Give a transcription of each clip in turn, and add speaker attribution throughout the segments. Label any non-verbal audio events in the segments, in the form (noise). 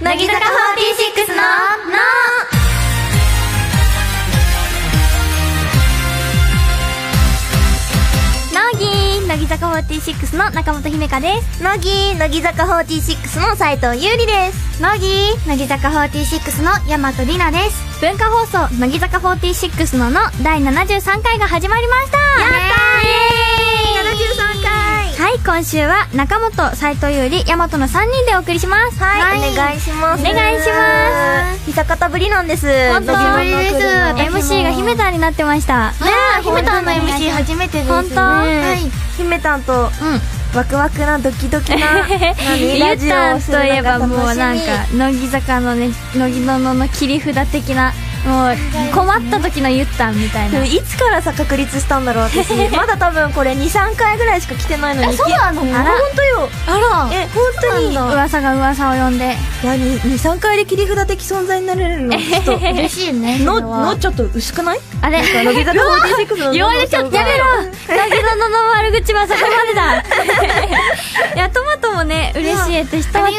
Speaker 1: 木坂46の、の、乃木乃木坂46の中本姫香です乃木乃木坂46の斉藤優里です乃木乃木坂46の大和里奈です文化放送乃木坂46のの第73回が始まりましたやったーイ
Speaker 2: 73回
Speaker 1: はい今週は中本斉藤優里大和の3人でお送りします
Speaker 2: はい、お願いします
Speaker 1: お願いします
Speaker 2: 久方ぶりなんです
Speaker 1: 本当
Speaker 2: 乃木坂
Speaker 1: に
Speaker 2: 来るの
Speaker 1: MC が姫たんになってました
Speaker 2: ねえ姫たんの MC 初めてですね
Speaker 1: 本当
Speaker 2: はい姫たんと
Speaker 1: うん
Speaker 2: ワクワクなドキドキ
Speaker 1: (laughs)
Speaker 2: な何
Speaker 1: ゆ
Speaker 2: ラ
Speaker 1: っ
Speaker 2: ジ
Speaker 1: た
Speaker 2: オを
Speaker 1: ん
Speaker 2: する
Speaker 1: といえばもうなん
Speaker 2: 楽し
Speaker 1: か乃木坂のね乃木ののの切り札的なもう困った時のゆったんみたい
Speaker 2: みで
Speaker 1: な
Speaker 2: もいつからさ確立したんだろう私
Speaker 1: (laughs)
Speaker 2: まだ多分これ23回ぐらいしか来てないのに
Speaker 1: そうなの
Speaker 2: あら本当よ
Speaker 1: あ
Speaker 2: え本当に
Speaker 1: 噂が噂を呼んで
Speaker 2: いやに23回で切り札的存在になれるのちょっと
Speaker 1: しいね
Speaker 2: ののちょっと薄くない
Speaker 1: あれ
Speaker 2: 乃木坂46
Speaker 1: (laughs)
Speaker 2: の
Speaker 1: 言われちゃったやめろ乃木ののの悪口はそこまで
Speaker 3: (laughs)
Speaker 1: だいやトマトもね嬉しいってトマト好き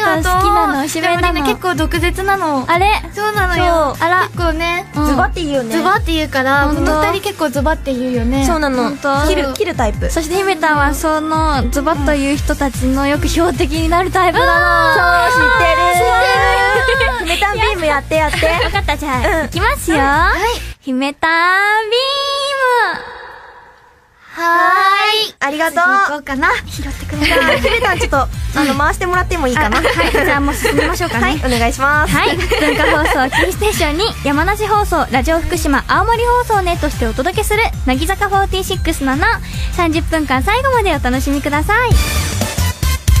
Speaker 1: なのおしめなの
Speaker 3: でもね結構毒舌なの
Speaker 1: あれ
Speaker 3: そうなの
Speaker 2: そ
Speaker 3: よ
Speaker 2: う
Speaker 1: あら
Speaker 3: 結構ね
Speaker 1: うん
Speaker 2: ズバって言うよね
Speaker 3: ズバって言うから
Speaker 1: ほ
Speaker 3: こ
Speaker 1: んと
Speaker 3: の二人結構ズバって言うよね
Speaker 2: そうなの
Speaker 3: ほんと
Speaker 2: 切る切るタイプ
Speaker 1: そして姫たんはそのズバッという人たちのよく標的になるタイプなの
Speaker 2: そう知ってるメタンビー
Speaker 1: (laughs)
Speaker 2: ムやってやって
Speaker 1: わかった、じゃあ、
Speaker 2: うん
Speaker 1: いきますよ。はい。姫たんビ
Speaker 3: はーい
Speaker 2: あ
Speaker 1: (laughs)
Speaker 2: りがと
Speaker 3: 行こ
Speaker 2: う
Speaker 3: うかな
Speaker 1: ーム拾ってくれ
Speaker 2: じゃあメタンちょっとあの回してもらってもいいかな
Speaker 1: あはい、じゃあもう進めましょうかね。
Speaker 2: はいお願いします
Speaker 1: はい、文化放送キーステーションに山梨放送ラジオ福島青森放送をネットしてお届けする乃木坂46のの30分間最後までお楽しみくださいまだブ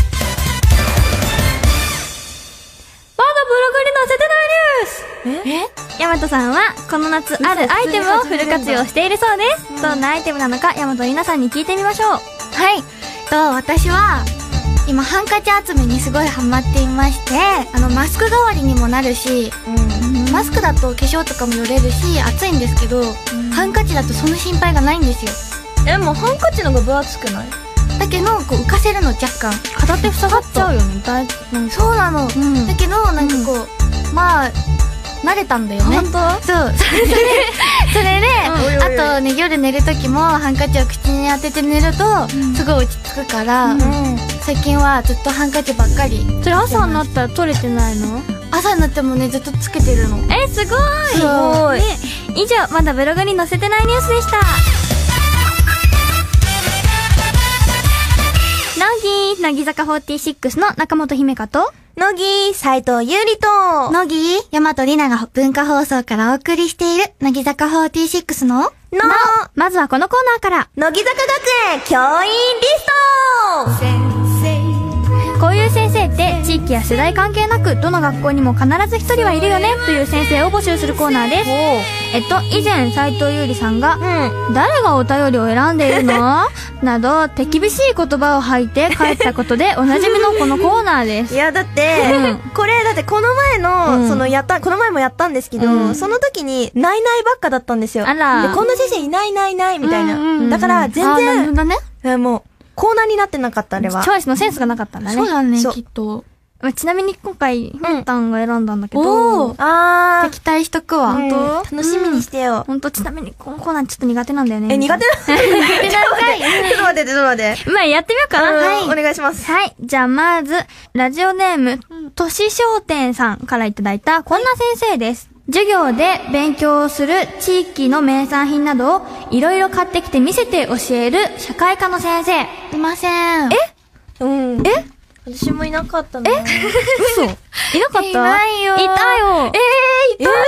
Speaker 1: ログに載せてないニュース
Speaker 3: え
Speaker 1: ヤマトさんはこの夏あるアイテムをフル活用しているそうですどんなアイテムなのかヤマトリナさんに聞いてみましょう
Speaker 3: はいと私は今ハンカチ集めにすごいハマっていましてあのマスク代わりにもなるしマスクだと化粧とかもよれるし暑いんですけど、ハンカチだとその心配がないんですよ
Speaker 2: えもうハンカチの方が分厚くない
Speaker 3: だけどこう浮かせるの若干
Speaker 1: 片手塞がっちゃうよね大
Speaker 3: そうなの、
Speaker 1: ん
Speaker 3: だけどなんかこう、まあ慣れたんだよね
Speaker 1: 本当
Speaker 3: そう
Speaker 1: (laughs)
Speaker 3: それでそれで、
Speaker 2: うんおいおいおい
Speaker 3: あとね夜寝る時もハンカチを口に当てて寝ると、すごい落ち着くから、最近はずっとハンカチばっかり
Speaker 1: それ朝になったら取れてないの
Speaker 3: 朝になってもねずっとつけてるの
Speaker 1: えすごい
Speaker 3: す
Speaker 2: ごい
Speaker 1: ね以上まだブログに載せてないニュースでした乃木乃木坂46の中本姫香と
Speaker 2: 乃木斎藤優里と
Speaker 3: 乃木大和里奈が文化放送からお送りしている乃木坂46の
Speaker 2: の
Speaker 1: まずはこのコーナーから
Speaker 2: 乃木坂学園教員リスト
Speaker 1: こういう先生って地域や世代関係なくどの学校にも必ず一人はいるよねという先生を募集するコーナーですえっと以前斉藤優里さんが
Speaker 2: うん
Speaker 1: 誰がお便りを選んでいる
Speaker 2: (laughs)
Speaker 1: のなど手厳しい言葉を吐いて帰ったこと
Speaker 2: (laughs)
Speaker 1: でおなじみのこのコーナーです
Speaker 2: いやだっ
Speaker 1: う
Speaker 2: て
Speaker 1: ん
Speaker 2: これだってこの前
Speaker 1: うん
Speaker 2: のそのやったこの前もやったんですけ
Speaker 1: う
Speaker 2: ど
Speaker 1: ん
Speaker 2: その時にないないばっかだったんですよ
Speaker 1: あら
Speaker 2: でこんな先生いないいないいないみたい
Speaker 3: うん
Speaker 2: な
Speaker 3: うん
Speaker 2: だから全
Speaker 1: あーなる
Speaker 2: 然
Speaker 1: ほどね
Speaker 2: えもうコーナーになってなかったあれは
Speaker 1: チョイスのセンスがなかったんだね。
Speaker 3: だね
Speaker 2: そう
Speaker 3: っと
Speaker 1: まあちなみに今回、ひめたんが選んだんだけ
Speaker 3: お
Speaker 1: ど、
Speaker 3: ー
Speaker 2: あ
Speaker 3: 期待しとくわ
Speaker 2: あ、
Speaker 1: 当
Speaker 2: うん楽しみにしてよ。
Speaker 1: ほんとちなみにこのコーナーちょっと苦手なんだよね。
Speaker 2: え、苦手な (laughs) ちょっ
Speaker 3: 期待
Speaker 2: と待って、ちょっと待って。
Speaker 1: まあやってみようかな。
Speaker 2: うんお願いします。
Speaker 1: はい。じゃあまず、ラジオネーム、とし商店さんからいただいたこんな先生です。授業で勉強をする地域の名産品などをいろいろ買ってきて見せて教える社会科の先生。
Speaker 3: いませんえ
Speaker 2: うん。え私もいなかったな。え
Speaker 1: (laughs) 嘘いなかった
Speaker 3: いないよ
Speaker 1: いたよえ
Speaker 2: いたんだ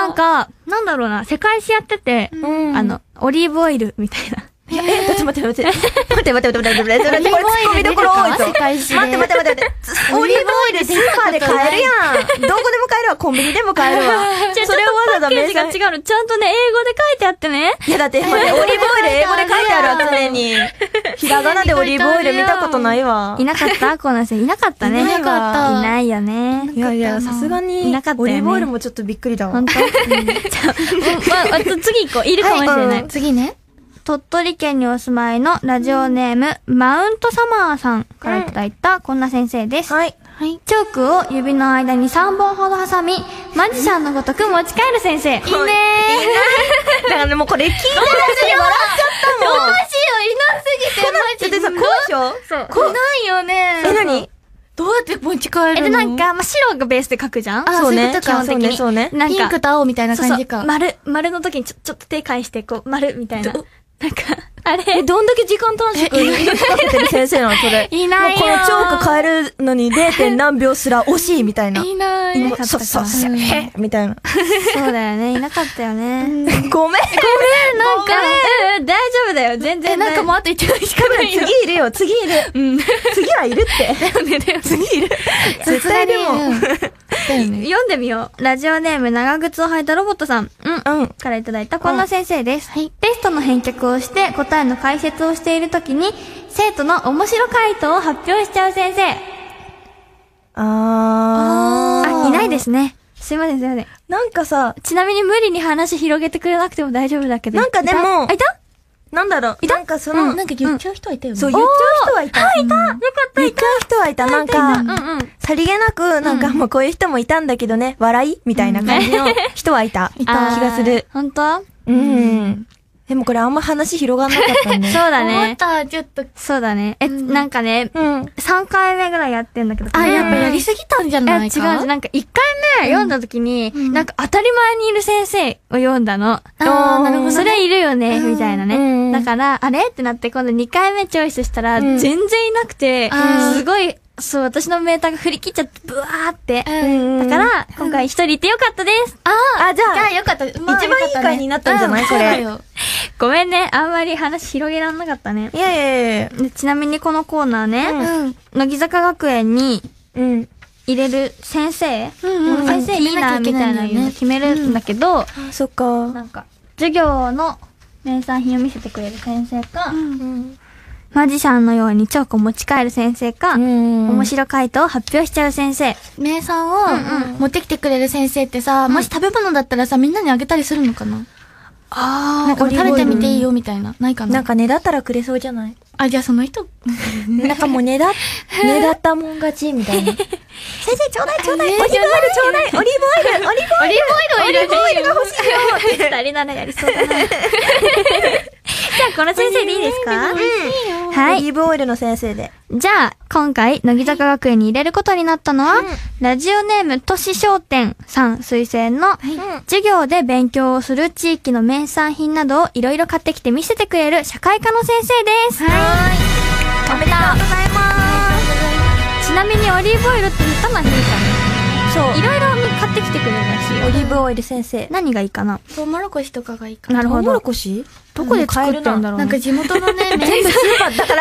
Speaker 1: なんか、なんだろうな、世界史やってて、
Speaker 2: ん
Speaker 1: あの、オリーブオイルみたいな。
Speaker 2: え、ちょっと待って待って。待って待って待って待って待って
Speaker 1: (laughs)
Speaker 2: 待って。これツッコミどころ多いぞ。
Speaker 3: 世界史
Speaker 2: 待って待って待って待って。つオリーブオイルスーパーで買えるやん。どこでも買
Speaker 1: (laughs)
Speaker 2: えるわ、コンビニでも買えるわ。
Speaker 1: 違う
Speaker 2: それをわざわざ
Speaker 1: (laughs) ちょっ
Speaker 2: 名
Speaker 1: とパッ
Speaker 2: 産
Speaker 1: ケージが違うの。ちゃんとね、英語で書いてあってね。
Speaker 2: いやだっ
Speaker 1: (laughs)
Speaker 2: て、待ってオリーブオイル英語で書いてあるわ、常に。ひらがなでオリーブオイル見たことないわ
Speaker 1: (laughs) い。なかったコーナー生いなかったね。
Speaker 3: いないわ
Speaker 1: いないよね。
Speaker 2: いやいや、さすがに
Speaker 1: いなかっ、たよ
Speaker 2: オ
Speaker 1: ね
Speaker 2: リーブオイルもちょっとびっくりだわ
Speaker 1: 本。当。 (laughs) じゃあ、うんまああと次行こう。いるかもしれな。
Speaker 2: はいいうん
Speaker 3: 次ね
Speaker 1: 鳥取県にお住まいのラジオネーム、マウントサマーさんからいただいたこんな先生です。 (laughs)
Speaker 2: はい。
Speaker 1: はい、チョークを指の間に3本ほど挟み、マジシャンのごとく持ち帰る先生。いいねー。 (laughs) どうしよう、
Speaker 2: だからね、もうこれ聞いてる
Speaker 1: いなすぎて、マジ
Speaker 2: だってさ、こうでしょ
Speaker 1: そう。こないよね
Speaker 2: え、なに
Speaker 3: どうやって持ち帰るの
Speaker 1: え、で、なん、か、まあ、白がベースで書くじゃん
Speaker 3: あ
Speaker 2: そうね
Speaker 3: そういうこと
Speaker 1: 基
Speaker 3: か
Speaker 1: 本的に。
Speaker 2: そうねそうね
Speaker 1: なん
Speaker 3: ピン
Speaker 1: か
Speaker 3: ク、と青みたいな
Speaker 1: そうそ
Speaker 3: 感じか。
Speaker 1: う、丸、丸の時にちょ、ちょっと手返して、こう、丸みたいな。なん
Speaker 2: ど
Speaker 1: か、あれ。え、どんだけ時間短縮
Speaker 2: かけてる先生なの、それ。
Speaker 1: いないよ
Speaker 2: もうこのチョーク変えるのに 0. 点何秒すら惜しいみたいな。
Speaker 1: いない。いなかった
Speaker 2: そう
Speaker 1: か。
Speaker 2: そうそう、へみたいな。
Speaker 1: (laughs) そうだよね。いなかったよ (laughs) ね。
Speaker 2: ごめん。
Speaker 1: なんか、うんうん、大丈夫だよ。全然。
Speaker 3: え、なんかもうあと1枚しかないよ。
Speaker 2: 次いるよ、次いる。次はいる (laughs)
Speaker 3: (laughs)
Speaker 2: って。次いる。絶対でも。
Speaker 3: うんだよね。
Speaker 1: 読んでみよう。ラジオネーム、長靴を履いたロボットさん。うん。
Speaker 2: うん。
Speaker 1: からいただいたこんな先生です。はい。テストの返却をして答えの解説をしているときに、生徒の面白回答を発表しちゃう先生。
Speaker 2: あー。
Speaker 1: あ、いないですね。すいません、すいません。
Speaker 2: なんかさ、
Speaker 1: ちなみに無理に話広げてくれなくても大丈夫だけど。
Speaker 2: なんかでも
Speaker 1: いたあ、いた
Speaker 2: なんだろう。なんかその、
Speaker 3: なんか言っちゃう人はいたよね。
Speaker 2: そう、言っちゃう人はいた。はい、いた。よかった、言っちゃう人はいた。なん
Speaker 1: う
Speaker 2: か、
Speaker 1: んうん。
Speaker 2: さりげなく、なんかもうこういう人もいたんだけどね、笑いみたいな感じの人はいた。い
Speaker 1: あー
Speaker 2: 気がする。。
Speaker 1: 本当
Speaker 2: うん。でもこれあんま話広がんなかったね。
Speaker 1: そうだ
Speaker 3: 思っ
Speaker 1: ね。
Speaker 3: た、ちょっと。
Speaker 1: そうだね。え、なんかね、
Speaker 2: うん。
Speaker 1: 3回目ぐらいやってんだけど。
Speaker 3: あ、
Speaker 1: これ
Speaker 3: やっぱやりすぎたんじゃ
Speaker 1: いや、違
Speaker 3: な
Speaker 1: う
Speaker 3: い
Speaker 1: じ
Speaker 3: か
Speaker 1: ゃん。なんか、一回目読んだ時に、
Speaker 3: うん
Speaker 1: なんか当たり前にいる先生を読んだの。
Speaker 3: あ
Speaker 2: ー
Speaker 3: なるほどね
Speaker 1: それいるよね、
Speaker 3: うん
Speaker 1: みたいな
Speaker 2: うん
Speaker 1: ね。だから、あれってなって、今度2回目チョイスしたら、
Speaker 2: うん
Speaker 1: 全然いなくて
Speaker 3: あ、ー
Speaker 1: すごい、そう、私のメーターが振り切っちゃって、ブワーって。
Speaker 3: う
Speaker 2: うんん。
Speaker 1: だから、今回一人いてよかったです。あ
Speaker 2: あ、じ
Speaker 3: じゃ
Speaker 2: ゃ
Speaker 3: あ
Speaker 2: あ、
Speaker 3: よかった。一
Speaker 2: 一番いい回になったんじゃないこれ
Speaker 1: ごめんね、あんまり話広げらんなかったね
Speaker 2: い。やいやいや
Speaker 1: でちなみにこのコーナー
Speaker 3: う
Speaker 1: ね、
Speaker 3: ん。
Speaker 1: 乃木坂学園に
Speaker 2: うん。
Speaker 1: 入れる先生、
Speaker 3: うんうん
Speaker 1: 先生いいな、みたいなのを決めるんだけど、
Speaker 2: あそっか。
Speaker 1: なんか、授業の名産品を見せてくれる先生か、
Speaker 2: うん。
Speaker 1: マジシャンのようにチョークを持ち帰る先生か、
Speaker 2: うん
Speaker 1: 面白回答を発表しちゃう先生。
Speaker 3: 名産を持ってきてくれる先生ってさ、もし食べ物だったらさ、みんなにあげたりするのかな
Speaker 2: あ
Speaker 3: なんかもう食べてみていい
Speaker 2: よ。
Speaker 3: よみたいな。ないか
Speaker 2: なん
Speaker 3: な
Speaker 2: かねだったらくれそうじゃない
Speaker 3: あ、じゃあその人。
Speaker 2: なんかもうねだ、ねだったもん勝ちみたいな。先生、ちょうだいちょうだいオ
Speaker 3: え
Speaker 2: リー
Speaker 3: ー
Speaker 2: ブオイルちょうだいオリーブオイルオリーブオイ
Speaker 1: オリーブオ
Speaker 2: ル
Speaker 1: イルが欲しいよ二人ならやりそうだな。 (laughs) じゃあ、この先生でいいですかは
Speaker 2: オ
Speaker 1: い。
Speaker 2: リーブオイルの先生で。
Speaker 1: じゃあ、今回、乃木坂学園に入れることになったのは、ラジオネーム、都市商店さん推薦の、授業で勉強をする地域の名産品などをいろいろ買ってきて見せてくれる社会科の先生です。はい。おめでとうございます。ちなみにオリーブオイルって言ったのはひい
Speaker 2: そう。
Speaker 1: ちゃん。いろいろ買ってきてくれるらしい
Speaker 2: オ
Speaker 1: よ。
Speaker 2: リーブオイル先生。
Speaker 1: 何がいいかな
Speaker 3: トウモロコシとかがいいか
Speaker 1: な
Speaker 3: な。
Speaker 1: るほ
Speaker 2: トウモロ
Speaker 1: ど。
Speaker 2: コシ
Speaker 1: どこで作ってんだろう
Speaker 3: なんか地元の
Speaker 2: (laughs)
Speaker 3: ね、全部
Speaker 2: スーパーだから、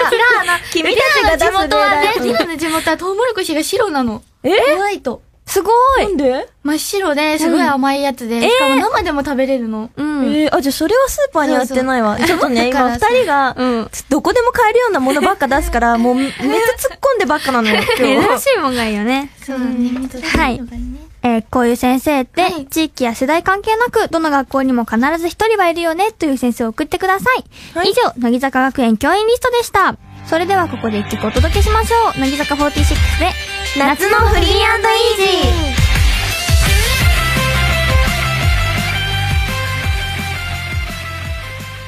Speaker 2: 君たちが出
Speaker 3: の地
Speaker 2: す
Speaker 3: 元はね、
Speaker 2: 例
Speaker 3: テ
Speaker 2: 題
Speaker 3: ィラの地元はトウモロコシが白なの。
Speaker 2: え
Speaker 3: ホワイト。
Speaker 1: すご
Speaker 2: なんで
Speaker 3: 真っ白で、すごい甘いやつで、しかも生でも食べれるの。
Speaker 1: うん。
Speaker 2: えー、あ、じゃあそれはスーパーには売ってないわ。ちょっとね、
Speaker 3: だか
Speaker 2: 今
Speaker 3: ら
Speaker 2: 二
Speaker 3: さ
Speaker 2: 人が、
Speaker 1: うん。
Speaker 2: どこでも買えるようなものばっか出すから、もうめっちゃ突っ込んでばっかなのよ、
Speaker 1: (laughs)
Speaker 2: 今
Speaker 1: 珍
Speaker 2: 日。
Speaker 1: しいもんがいいよね。
Speaker 3: そうだね、緑のがいいね。
Speaker 1: えーこういう先生って、
Speaker 3: はい
Speaker 1: 地域や世代関係なく、どの学校にも必ず一人はいるよね、という先生を送ってください。
Speaker 2: はい
Speaker 1: 以上、乃木坂学園教員リストでした。それではここで一曲お届けしましょう。乃木坂46で、夏のフリーイージー日向46の、の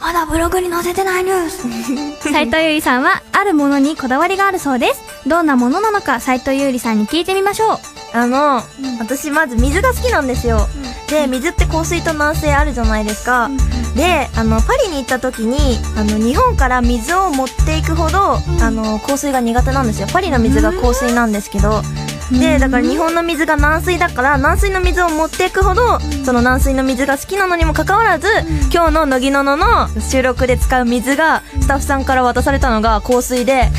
Speaker 1: まだブログに載せてないニュース。
Speaker 2: (laughs)
Speaker 1: 斉藤優里さんは、あるものにこだわりがあるそうです。どんなものなのか、斉藤優里さんに聞いてみましょう。
Speaker 2: (laughs) あの、
Speaker 3: ん
Speaker 2: 私まず水が好きなんですよ。で、水って硬水と軟水あるじゃないですか。で、あの、パリに行った時に、あの、日本から水を持っていくほど、あの、硬水が苦手なんですよ。パリの水が硬水なんですけど。で、だから日本の水が軟水だから、軟水の水を持っていくほど、その軟水の水が好きなのにもかかわらず、今日の乃木ののの収録で使う水が、スタッフさんから渡されたのが硬
Speaker 1: (laughs)
Speaker 2: 水で、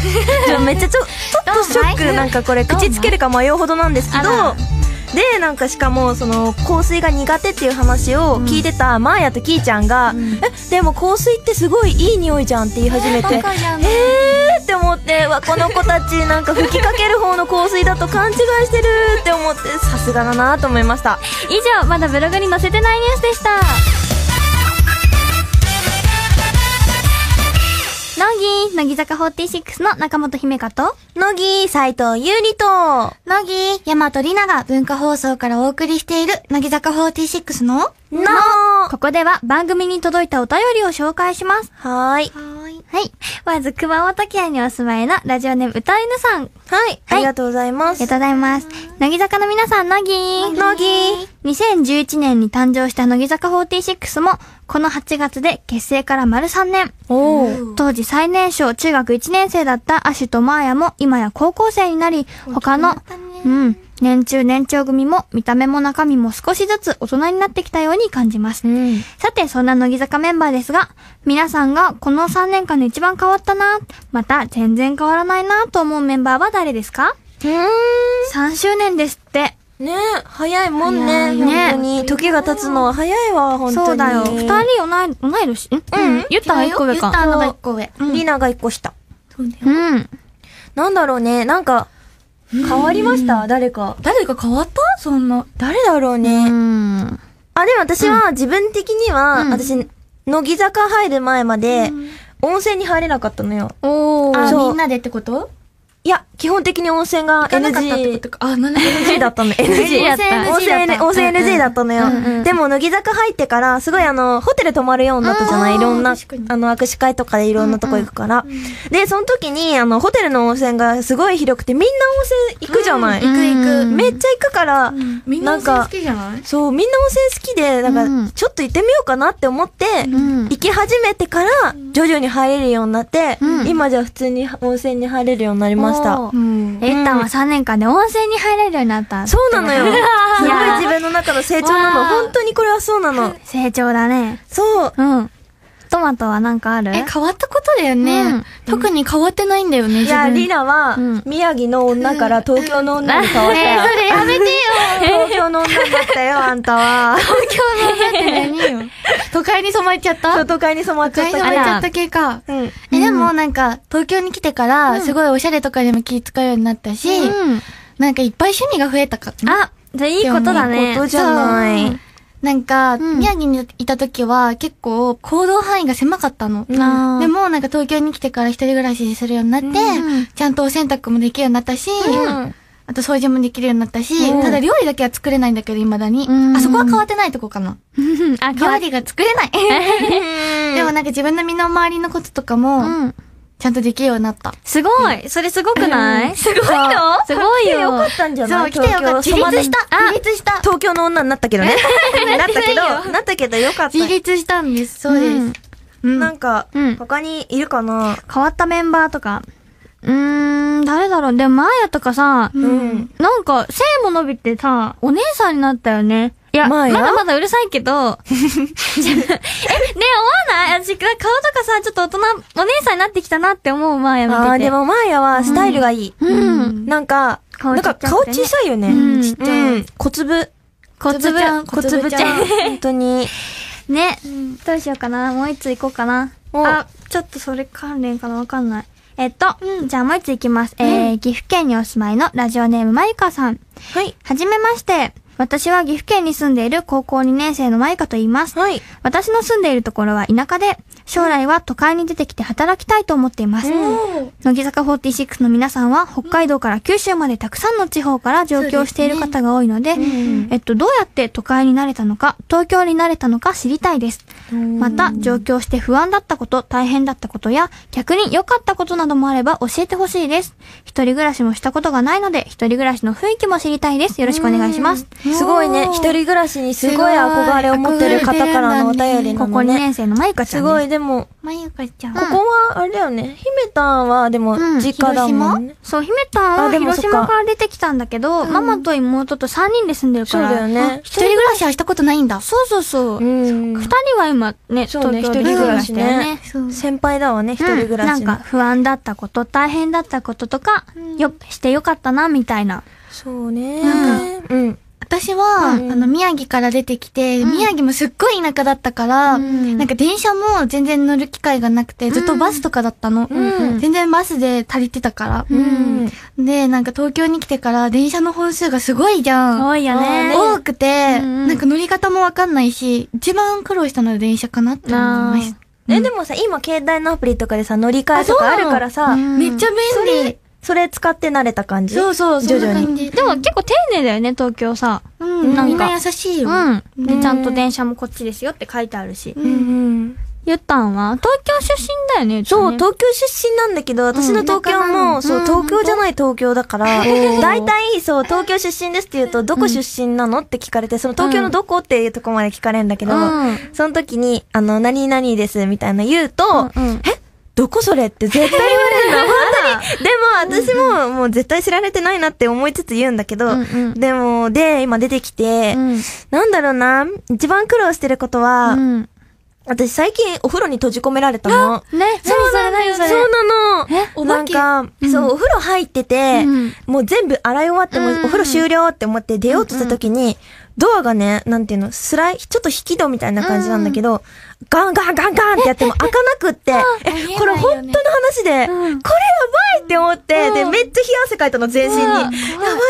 Speaker 2: ちょめっちゃちょ、ちょっとショック、なんかこれ口つけるか迷うほどなんですけど
Speaker 1: あら、
Speaker 2: でなんかしかもその香水が苦手っていう話を聞いてたマーヤとキーちゃんが、えでも香水ってすごいいい匂いじゃんって言い始めて、え
Speaker 3: バカじゃん
Speaker 2: ー、って思ってわこの子たちなんか吹きかける方の香水だと勘違いしてるって思ってさすがだなと思いました
Speaker 1: 以上、まだブログに載せてないニュースでした。乃木乃木坂46の中本姫香と、
Speaker 2: 乃木斎藤優里と、
Speaker 3: 乃木、大和里奈が文化放送からお送りしている、乃木坂46の、
Speaker 2: の、
Speaker 1: ここでは番組に届いたお便りを紹介します。
Speaker 2: はーい。
Speaker 3: はい。
Speaker 1: はい。まず、熊本県にお住まいのラジオネーム歌犬さん。
Speaker 2: はい。ありがとうござい
Speaker 1: あ
Speaker 2: ま
Speaker 1: りが
Speaker 2: す。
Speaker 1: とうございます。乃木坂の皆さん、乃木
Speaker 3: 乃木
Speaker 1: 2011年に誕生した乃木坂46も、この8月で結成から丸3年。
Speaker 2: お
Speaker 3: ー
Speaker 1: 当時最年少中学1年生だったアシュとマーヤも今や高校生になり、他の、う
Speaker 3: うん。
Speaker 1: ん、年中年長組も見た目も中身も少しずつ大人になってきたように感じます。
Speaker 2: うん。
Speaker 1: さて、そんな乃木坂メンバーですが、皆さんがこの3年間で一番変わったな、また全然変わらないなと思うメンバーは誰ですか
Speaker 2: う
Speaker 1: ?3 周年ですって。
Speaker 2: ん。ね早いもん
Speaker 3: 早
Speaker 2: ね。
Speaker 3: い
Speaker 1: ね
Speaker 2: 本当に。時が経つのは早いわ、本当に。
Speaker 1: そうだよ。二人同い、同い年んうん。ゆったは1個上
Speaker 3: ゆった
Speaker 1: か。
Speaker 3: の1個上。
Speaker 1: うん
Speaker 2: リナが一個下。
Speaker 3: そうだよ。
Speaker 1: うん。
Speaker 2: なんだろうね、なんか、変わりました誰か。
Speaker 3: 誰か変わったそんな。
Speaker 2: 誰だろう
Speaker 1: う
Speaker 2: ね。
Speaker 1: ん。
Speaker 2: あ、でも私は自分的に
Speaker 1: う
Speaker 2: は、
Speaker 1: ん
Speaker 2: 私、乃木坂入る前まで、温泉に入れなかったのよ。
Speaker 1: お
Speaker 3: あ、
Speaker 2: そう
Speaker 3: みんなでってこと
Speaker 2: いや、基本的に温泉が
Speaker 3: 行かなかったってこ
Speaker 2: NG
Speaker 3: とか。あ、なんで
Speaker 2: NG だったの。NG
Speaker 1: やった
Speaker 2: 温泉 NG 温泉 NG だったの
Speaker 1: う
Speaker 2: よ。
Speaker 1: んうん
Speaker 2: でも、乃木坂入ってから、すごいあの、ホテル泊まるようになったじゃな
Speaker 3: う
Speaker 2: い
Speaker 3: ん
Speaker 2: いろんな、あ
Speaker 3: 確かに
Speaker 2: の、握手会とかでいろんなとこ行くから。で、その時に、あの、ホテルの温泉がすごい広くて、みんな温泉行くじゃない、
Speaker 1: うん
Speaker 3: 行く行く
Speaker 2: めっちゃ行くから、
Speaker 3: みんな温泉好きじゃない
Speaker 2: そう、みんな温泉好きで、な
Speaker 1: うんん
Speaker 2: か、ちょっと行ってみようかなって思って、
Speaker 1: うん
Speaker 2: 行き始めてから、徐々に入れるようになって、
Speaker 1: うん
Speaker 2: 今じゃ普通に温泉に入れるようになりました。
Speaker 1: おー
Speaker 3: ん
Speaker 1: えゆったんは3年間で温泉に入れるようになった。
Speaker 2: そうなのよ。すごい
Speaker 1: や
Speaker 2: 自分の中の成長な
Speaker 1: わ
Speaker 2: の。
Speaker 1: あ
Speaker 2: 本当にこれはそうなの。
Speaker 1: 成長だね。
Speaker 2: そう。
Speaker 1: うん。トマトはなんかある
Speaker 3: え、変わったことだよ
Speaker 1: う
Speaker 3: ね
Speaker 1: ん。
Speaker 3: 特に変わってないんだよ
Speaker 2: い
Speaker 3: ね、自
Speaker 2: や、
Speaker 3: 分。
Speaker 2: リナは
Speaker 1: うん、
Speaker 2: 宮城の女から東京の女に変わった
Speaker 1: えー
Speaker 2: よ。
Speaker 1: それやめてよ
Speaker 2: 東京の女だったよ、あんたは。
Speaker 3: 東京の女って何よ。 (laughs) 都会に染まっちゃった
Speaker 2: そう都会に染まっち
Speaker 3: 都
Speaker 2: ゃっ
Speaker 3: 会に
Speaker 2: た
Speaker 3: 染
Speaker 2: か
Speaker 3: まっち
Speaker 2: ら。
Speaker 3: ゃった系か。
Speaker 2: うん。
Speaker 3: え、でもなんか、東京に来てから、すごいおしゃれとかにも気使うようになったし、
Speaker 1: うん。
Speaker 3: なんかいっぱい趣味が増えたか。
Speaker 1: あ、じゃあいいことだね。
Speaker 2: ことじゃない。
Speaker 3: そうなんか、
Speaker 1: うん
Speaker 3: 宮城にいた時は結構行動範囲が狭かったの。
Speaker 2: うん
Speaker 1: なあ
Speaker 3: で、もなんか東京に来てから一人暮らしするようになって、
Speaker 1: ん
Speaker 3: ちゃんとお洗濯もできるようになったし、
Speaker 2: うん
Speaker 3: あと掃除もできるようになったし、
Speaker 2: うん
Speaker 3: ただ料理だけは作れないんだけど、未だに。
Speaker 1: うん
Speaker 3: あそこは変わってないとこかな。
Speaker 1: あ、変わ
Speaker 3: 料
Speaker 1: り。
Speaker 3: 理が作れない。 (laughs) でもなんか自分の身の回りのこととかも、
Speaker 1: うん。
Speaker 3: ちゃんとできるようになった。
Speaker 1: すごい。それすごくないすごいよすごい
Speaker 2: 来てよか
Speaker 1: よ
Speaker 2: っ。たんじゃ
Speaker 3: そ
Speaker 2: な
Speaker 3: う、
Speaker 2: い
Speaker 3: 来てよかった。
Speaker 2: 東
Speaker 3: 自
Speaker 2: 京染ま
Speaker 3: 立した。
Speaker 1: あ
Speaker 3: 自立した。
Speaker 2: 東京の女になったけどね。なったけど、なったけどよかった
Speaker 3: 自。立したんです。そうです。
Speaker 1: うん
Speaker 3: うん
Speaker 2: なんか
Speaker 1: うん、
Speaker 2: 他にいるかな
Speaker 1: 変わったメンバーとか。うーん、誰だろう。でも、マーヤとかさ、
Speaker 2: うん。
Speaker 1: なんか、背も伸びてさ、お姉さんになったよね。いや、
Speaker 2: マ
Speaker 1: ま
Speaker 2: ーヤ
Speaker 1: だまだうるさいけど。え、ねえ、思わない私、顔とかさ、ちょっと大人、お姉さんになってきたなって思う、マーヤ見てて。
Speaker 2: あー、で。も、マーヤはスタイルがいい。
Speaker 1: うん。
Speaker 2: なんか、
Speaker 1: 顔
Speaker 2: な
Speaker 1: ち
Speaker 2: ん
Speaker 1: っちゃ
Speaker 2: か
Speaker 1: くてね
Speaker 2: 顔小さいよね。
Speaker 1: うんちっ
Speaker 3: ちゃい
Speaker 2: うん小粒。
Speaker 1: 小粒。
Speaker 3: 小粒ちゃん
Speaker 1: 小粒
Speaker 2: 本当に。
Speaker 1: ね、どうしようかな。もう一つ行こうかな。
Speaker 2: お
Speaker 1: あ、ちょっとそれ関連かな。わかんない。えっと、じゃあもう一つ行きます。えー岐阜県にお住まいのラジオネームまゆかさん。
Speaker 2: はい。
Speaker 1: はじめまして。私は岐阜県に住んでいる高校2年生のまゆかと言います。
Speaker 2: はい。
Speaker 1: 私の住んでいるところは田舎で、将来は都会に出てきて働きたいと思っています。乃木坂46の皆さんは北海道から九州までたくさんの地方から上京している方が多いので、えっと、どうやって都会になれたのか、東京になれたのか知りたいです。また、上京して不安だったこと、大変だったことや、逆に良かったことなどもあれば教えてほしいです。一人暮らしもしたことがないので、一人暮らしの雰囲気も知りたいです。よろしくお願いします。
Speaker 2: すごいね。一人暮らしにすごい憧れを持ってる方からのお便りな
Speaker 1: ここ2
Speaker 2: のね。
Speaker 1: 年生のまゆかちゃ
Speaker 2: す
Speaker 1: ん
Speaker 2: ご
Speaker 1: です。
Speaker 2: い、でも、
Speaker 3: まゆかちゃん。
Speaker 2: ここは、あれだよね。姫たんは、でも
Speaker 1: ん、
Speaker 2: 実家だもんね。
Speaker 1: そう、姫たん
Speaker 2: あ
Speaker 1: は
Speaker 2: でも
Speaker 1: 広
Speaker 2: そっか
Speaker 1: 島から出てきたんだけど、ママと妹と3人で住んでる
Speaker 2: そ
Speaker 1: か
Speaker 2: う
Speaker 1: ら。
Speaker 2: だよね。
Speaker 3: 一人暮らしはしたことないんだ。
Speaker 1: そうそうそう。二、
Speaker 2: ん
Speaker 1: 人は今ね、
Speaker 2: そうね、
Speaker 1: 東京で
Speaker 2: 一人暮
Speaker 1: 暮
Speaker 2: ら
Speaker 1: ら
Speaker 2: し
Speaker 1: してるね。
Speaker 2: ね。先輩だわね、一人暮ら
Speaker 1: な
Speaker 2: し
Speaker 1: ん
Speaker 2: の。
Speaker 1: か不安だったこと、大変だったこととか、よ、してよかったな、みたいな。
Speaker 2: そうね。
Speaker 1: な
Speaker 2: うん。
Speaker 3: 私は、
Speaker 2: うん
Speaker 3: あの、宮城から出てきて、宮城もすっごい田舎だったから、
Speaker 1: うん
Speaker 3: なんか電車も全然乗る機会がなくて、ずっとバスとかだったの。
Speaker 2: うん
Speaker 3: 全然バスで足りてたから、
Speaker 2: うん。
Speaker 3: で、なんか東京に来てから電車の本数がすごいじゃん。
Speaker 1: 多いよね。
Speaker 3: 多くて、
Speaker 1: うんうん
Speaker 3: なんか乗り方もわかんないし、一番苦労したのは電車かなって思いまし
Speaker 2: え、でもさ、今携帯のアプリとかでさ、乗り換えとかあるからさ、
Speaker 1: うん
Speaker 3: めっちゃ便利
Speaker 2: それ使って慣れた感じ
Speaker 3: そうそう
Speaker 2: 徐々に。
Speaker 3: に
Speaker 1: でも結構丁寧だよね、東京さ。
Speaker 3: うん
Speaker 1: なんか
Speaker 3: みんな優しいよ
Speaker 1: うん。
Speaker 2: う
Speaker 1: で、
Speaker 2: ん
Speaker 1: ちゃんと電車もこっちですよって書いてあるし。
Speaker 2: うんうん。
Speaker 1: ゆったんは東京出身だよね。
Speaker 2: そう、
Speaker 1: うちね、
Speaker 2: 東京出身なんだけど、私の東京
Speaker 1: う
Speaker 2: も、
Speaker 1: ん
Speaker 2: そう、
Speaker 1: うん
Speaker 2: 東京じゃない東京だから、
Speaker 1: ん
Speaker 2: (laughs) 大体、そう、東京出身ですって言うと、どこ出身なのって聞かれて、その東京のどこっていうとこまで聞かれるんだけど、
Speaker 1: うん
Speaker 2: その時に、あの、何々ですみたいな言うと、
Speaker 1: うんうん
Speaker 2: えどこそれって絶対言われる
Speaker 1: (laughs)
Speaker 2: の、本当に。でも、私も、もう絶対知られてないなって思いつつ言うんだけど、
Speaker 1: うんうん
Speaker 2: でも、で、今出てきて、
Speaker 1: うん
Speaker 2: なんだろうな、一番苦労してることは、
Speaker 1: うん。
Speaker 2: 私最近お風呂に閉じ込められたの。
Speaker 1: ね、
Speaker 2: そうなの
Speaker 1: 何
Speaker 2: よ、
Speaker 1: それ何それ
Speaker 2: そうなの。
Speaker 1: えお化け
Speaker 2: なんか、そう、お風呂入ってて、
Speaker 1: うん
Speaker 2: もう全部洗い終わって、も
Speaker 1: うん
Speaker 2: うお風呂終了って思って出ようとした時に、ドアがね、なんていうの、スライ、ちょっと引き戸みたいな感じなんだけど、ガンガンガンガンってやっても開かなくって、え、これ本当の話で、これやばいって思って、で、めっちゃ冷や汗かいたの、全身に。
Speaker 1: う
Speaker 2: や
Speaker 1: わ
Speaker 2: ばい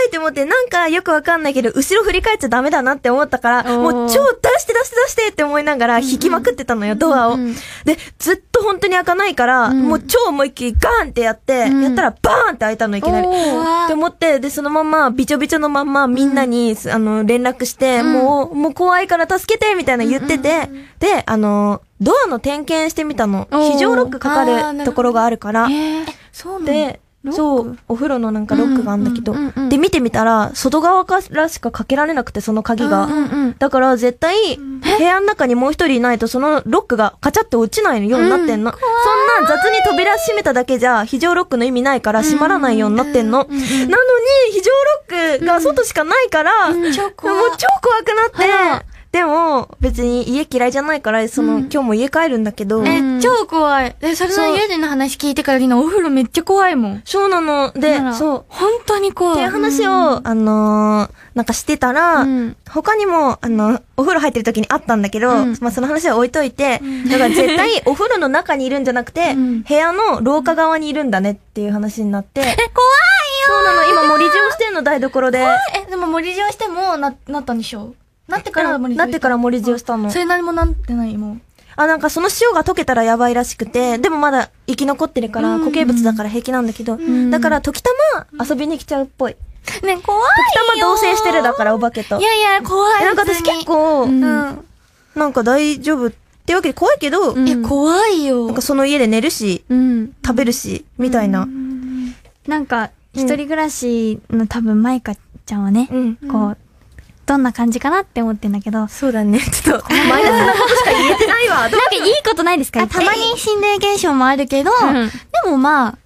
Speaker 2: って思って、なんかよくわかんないけど、後ろ振り返っちゃダメだなって思ったか
Speaker 1: お
Speaker 2: ら、
Speaker 1: ー
Speaker 2: もう超出して出して出してって思いながら引きまくってたのよ、ドアを。
Speaker 1: うん
Speaker 2: で、ずっと本当に開かないから、
Speaker 1: うん
Speaker 2: もう超思いっきりガーンってやって、
Speaker 1: うん
Speaker 2: やったらバーンって開いたのいきなり。
Speaker 1: おー
Speaker 2: って思って、で、そのまま、びちょびちょのまんま、みんなに、あの、連絡して、
Speaker 1: ん
Speaker 2: もう、もう怖いから助けてみたいな言ってて、で、あの、ドアの点検してみたの。
Speaker 1: おー
Speaker 2: 非常ロックか
Speaker 3: あ
Speaker 2: か
Speaker 3: ーなるほど
Speaker 2: るところがあるから。
Speaker 1: えー
Speaker 3: そうなんだ
Speaker 2: で、そう、お風呂のなんかロックがあんだけど、
Speaker 1: うんうんうんうん
Speaker 2: で、見てみたら、外側からしかかけられなくて、その鍵が。
Speaker 1: うんうん。
Speaker 2: だから絶対、部屋の中にもう一人いないと、そのロックがカチャって落ちないようになってんの。そんな雑に扉閉めただけじゃ、非常ロックの意味ないから閉まらないようになってんの。なのに、非常ロックが外しかないから、もう
Speaker 3: 超
Speaker 2: 超
Speaker 3: 怖い
Speaker 2: 怖
Speaker 1: あ
Speaker 2: くなっ
Speaker 1: ら
Speaker 2: て、でも、別に家嫌いじゃないから、その、今日も家帰るんだけど、
Speaker 3: え、
Speaker 1: うん
Speaker 3: 超怖い。え、それの
Speaker 2: そう
Speaker 3: 友人の話聞いてからりな、お風呂めっちゃ怖いもん。
Speaker 2: そうなの。で
Speaker 1: なら、
Speaker 2: そう。
Speaker 3: 本当に
Speaker 2: っ
Speaker 3: 怖
Speaker 2: てい
Speaker 3: い。
Speaker 2: う話を、あのーなんかしてたら、
Speaker 1: うん
Speaker 2: 他にも、あの、お風呂入ってる時にあったんだけど、
Speaker 1: うん
Speaker 2: まあその話は置いといて、だから絶対お風呂の中にいるんじゃなくて、部屋の廊下側にいるんだねっていう話になって。え、怖いよそうなの、今森上してんの台所で。
Speaker 3: え、でも森塩しても、な、なったんでしょなってから森塩
Speaker 2: なってから森上したの
Speaker 3: そ。れ何もなってない、もう。
Speaker 2: あ、なんかその塩が溶けたらやばいらしくて、でもまだ生き残ってるから、固形物だから平気なんだけど、
Speaker 1: ん
Speaker 2: だから時たま遊びに来ちゃうっぽい。
Speaker 3: ね、怖い
Speaker 2: 時たま同棲してるだからお化けと。
Speaker 3: いやいや、怖い。
Speaker 2: えなんか
Speaker 3: 普
Speaker 2: 私
Speaker 3: 通に
Speaker 2: 結、構、
Speaker 1: ん
Speaker 2: なんか大丈夫ってわけで怖いけど、
Speaker 1: うん
Speaker 3: え、怖いよ。
Speaker 2: なんかその家で寝るし、
Speaker 1: うん。
Speaker 2: 食べるし、みたいな。
Speaker 1: なんか、
Speaker 2: うん
Speaker 1: 一人暮らしの多分、マイカちゃんはね、
Speaker 2: うん
Speaker 1: こう、どんな感じかなって思ってんだけど、なんか
Speaker 2: そうだね。ちょっと、
Speaker 3: (laughs)
Speaker 2: マイナスなことしか言えてないわ。どう
Speaker 1: いいことないですか
Speaker 3: あたまに心霊現象もあるけど、
Speaker 1: うん
Speaker 3: でもまあ、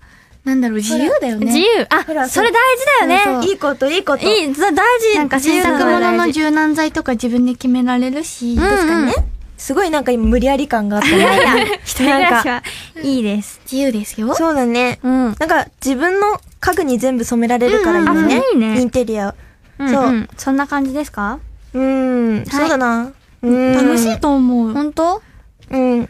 Speaker 3: なんだろう、自由だよね。
Speaker 1: 自由。あ、
Speaker 2: ほら
Speaker 1: それ大事だ
Speaker 3: そう
Speaker 1: よね。
Speaker 2: いいこと、いいこと。
Speaker 1: いい、ざ大事。
Speaker 3: なんか
Speaker 1: 自
Speaker 3: 洗
Speaker 1: 由な
Speaker 3: 濯
Speaker 1: のは
Speaker 3: 物の
Speaker 1: 大事
Speaker 3: 柔軟剤とか自分で決められるし、
Speaker 1: 確かにね。
Speaker 2: すごいなんか今無理やり感があった
Speaker 1: (laughs)
Speaker 2: ね。
Speaker 1: 一人暮らしはいいです。
Speaker 3: 自由ですよ。
Speaker 2: そうだね。
Speaker 1: うん。
Speaker 2: なんか自分の家具に全部染められるからいいよ
Speaker 1: うんうんあ
Speaker 2: ね
Speaker 1: それいい。ね
Speaker 2: インテリア。
Speaker 1: うん
Speaker 2: そう
Speaker 1: うんそんな感じですか
Speaker 2: うん、そうだな。うん
Speaker 3: 楽しいと思う。
Speaker 1: 本当
Speaker 2: うん。
Speaker 1: うん。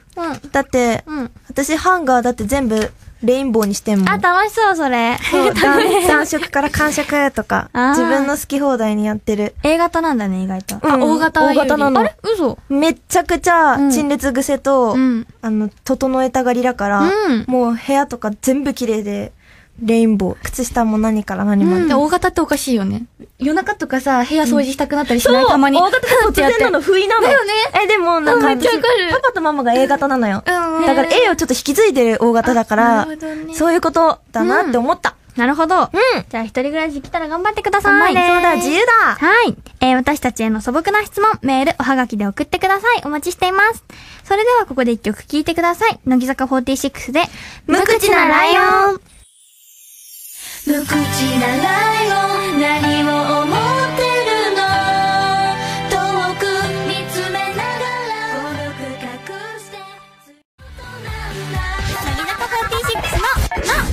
Speaker 2: だって、
Speaker 1: うん。
Speaker 2: 私ハンガーだって全部レインボーにしてんもん。
Speaker 1: あ、楽しそう、それ。 (laughs)
Speaker 3: (laughs)
Speaker 2: そう、暖暖色から寒色とか、
Speaker 1: あー
Speaker 2: 自分の好き放題にやってる。
Speaker 1: A 型なんだね、意外と。
Speaker 2: うん
Speaker 3: 大型より
Speaker 2: 大型な
Speaker 1: あ
Speaker 2: の
Speaker 1: れ。嘘。
Speaker 2: めっちゃくちゃ
Speaker 1: うん
Speaker 2: 陳列癖と、
Speaker 1: うん
Speaker 2: あの、整えたがりだから、
Speaker 1: うん
Speaker 2: もう部屋とか全部綺麗で、レインボー。靴下も何から何まで。
Speaker 3: で大型っておかしいよね。夜中とかさ、部屋掃除したくなったりしない、
Speaker 2: そう
Speaker 3: たまに。
Speaker 2: 大型
Speaker 3: パン
Speaker 2: が
Speaker 3: っ
Speaker 2: 突
Speaker 3: てやっ
Speaker 2: 然
Speaker 3: て
Speaker 2: なの不意なの。
Speaker 3: だよね
Speaker 2: え、でも、なんか
Speaker 3: うんめっちゃ
Speaker 2: 私、
Speaker 3: わかる
Speaker 2: パパとママが A 型なのよ。だ
Speaker 3: うん
Speaker 2: から A をちょっと引き継いでる O 型だか
Speaker 3: あ
Speaker 2: ら
Speaker 3: なるほど、ね
Speaker 2: そういうことだなって思った。
Speaker 1: なるほど。
Speaker 2: うん。
Speaker 1: じゃあ、一人暮らし来たら頑張ってくだ
Speaker 2: う
Speaker 1: さ
Speaker 2: ま
Speaker 1: い。
Speaker 2: い、そうだ、自由だ。
Speaker 1: はい。えー私たちへの素朴な質問、メール、おはがきで送ってください。お待ちしています。それではここで一曲聴いてください。乃木坂46で、
Speaker 2: 無口なライオ
Speaker 1: ン。
Speaker 3: 無口なライオン何を思ってるの遠く見つめながら孤独隠して
Speaker 1: 乃木坂46の、の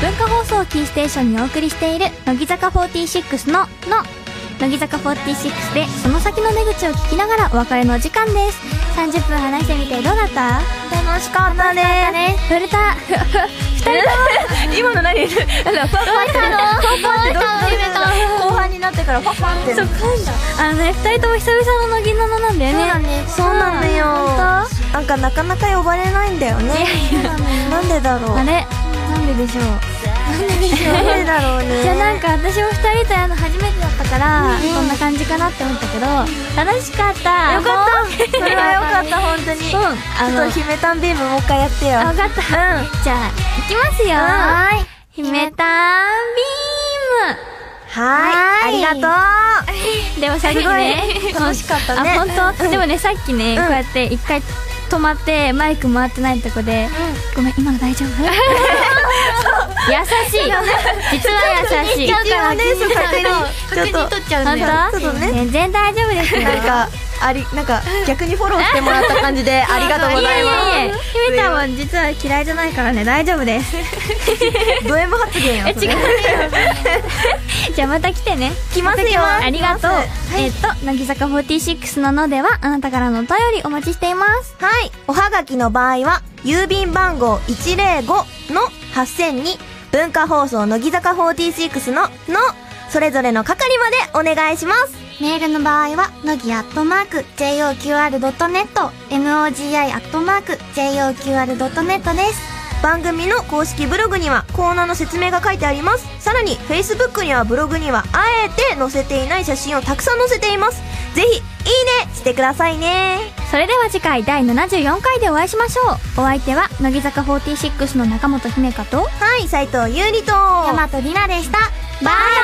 Speaker 1: 文化放送キーステーションにお送りしている、乃木坂46の、の、乃木坂46で、その先の出口を聞きながらお別れのお時間です。30分話してみてどうだった
Speaker 2: 楽しかったね。
Speaker 1: (laughs) ね、触れた。二
Speaker 2: 今の何なんかパッパって
Speaker 1: どうしたの
Speaker 2: 後半になってからパッパって
Speaker 1: そうあのね二人とも久々の乃木七なんだよね
Speaker 3: そうだね
Speaker 2: そうなんだよ
Speaker 1: 本
Speaker 2: なんかなかなか呼ばれないんだよねなんでだろう
Speaker 1: 当あれなんででしょう
Speaker 2: なんでだろうね
Speaker 1: じゃあなんか私も二人とやるの初めてだったからこんな感じかなって思ったけど楽しかった
Speaker 2: よかったそれはよかった本当に
Speaker 1: うんあ
Speaker 2: あ
Speaker 1: の
Speaker 2: と姫たんビームもう一回やってよ
Speaker 1: あわかったじゃあいきますよ
Speaker 2: は
Speaker 1: はい姫たんビーム
Speaker 2: はー
Speaker 1: は
Speaker 2: い
Speaker 1: ーい
Speaker 2: ありがとう
Speaker 1: でもさっき
Speaker 2: すご
Speaker 1: ね
Speaker 2: い楽しかったね
Speaker 1: あ本当、
Speaker 2: うん
Speaker 1: でもねさっきね、
Speaker 2: うん
Speaker 1: こうやって一回止まってマイク回ってないとこで、ごめん今の
Speaker 2: (laughs)
Speaker 1: 大丈夫優しい実は優しい
Speaker 2: 一応ねそう勝手に
Speaker 3: 確認取っちゃうんだよ
Speaker 1: 本当
Speaker 2: ちょっとね
Speaker 1: 全然大丈夫ですよ
Speaker 2: なんかありなんか逆にフォローしてもらった感じでありがとうございます
Speaker 1: やいやいやひめちゃんも実は嫌いじゃないからね大丈夫です
Speaker 2: ド M 発言よ
Speaker 1: え違うじゃあまた来てね
Speaker 2: 来ますよ
Speaker 1: ありがとう、えっと乃木坂46の「の」ではあなたからのお便りお待ちしています
Speaker 2: はい。おはがきの場合は、郵便番号105の8000に、文化放送乃木坂46の、の、それぞれの係までお願いします。
Speaker 3: メールの場合は、のぎアットマーク、joqr.net、nogi アットマーク、joqr.net です。
Speaker 2: 番組の公式ブログにはコーナーの説明が書いてあります。さらに、Facebook にはブログにはあえて載せていない写真をたくさん載せています。ぜひ、いいねしてくださいね。
Speaker 1: それでは次回第74回でお会いしましょうお相手は乃木坂46の中本姫香と
Speaker 2: はい、斉藤優里と、
Speaker 3: 大和里奈でした。
Speaker 1: バイバイ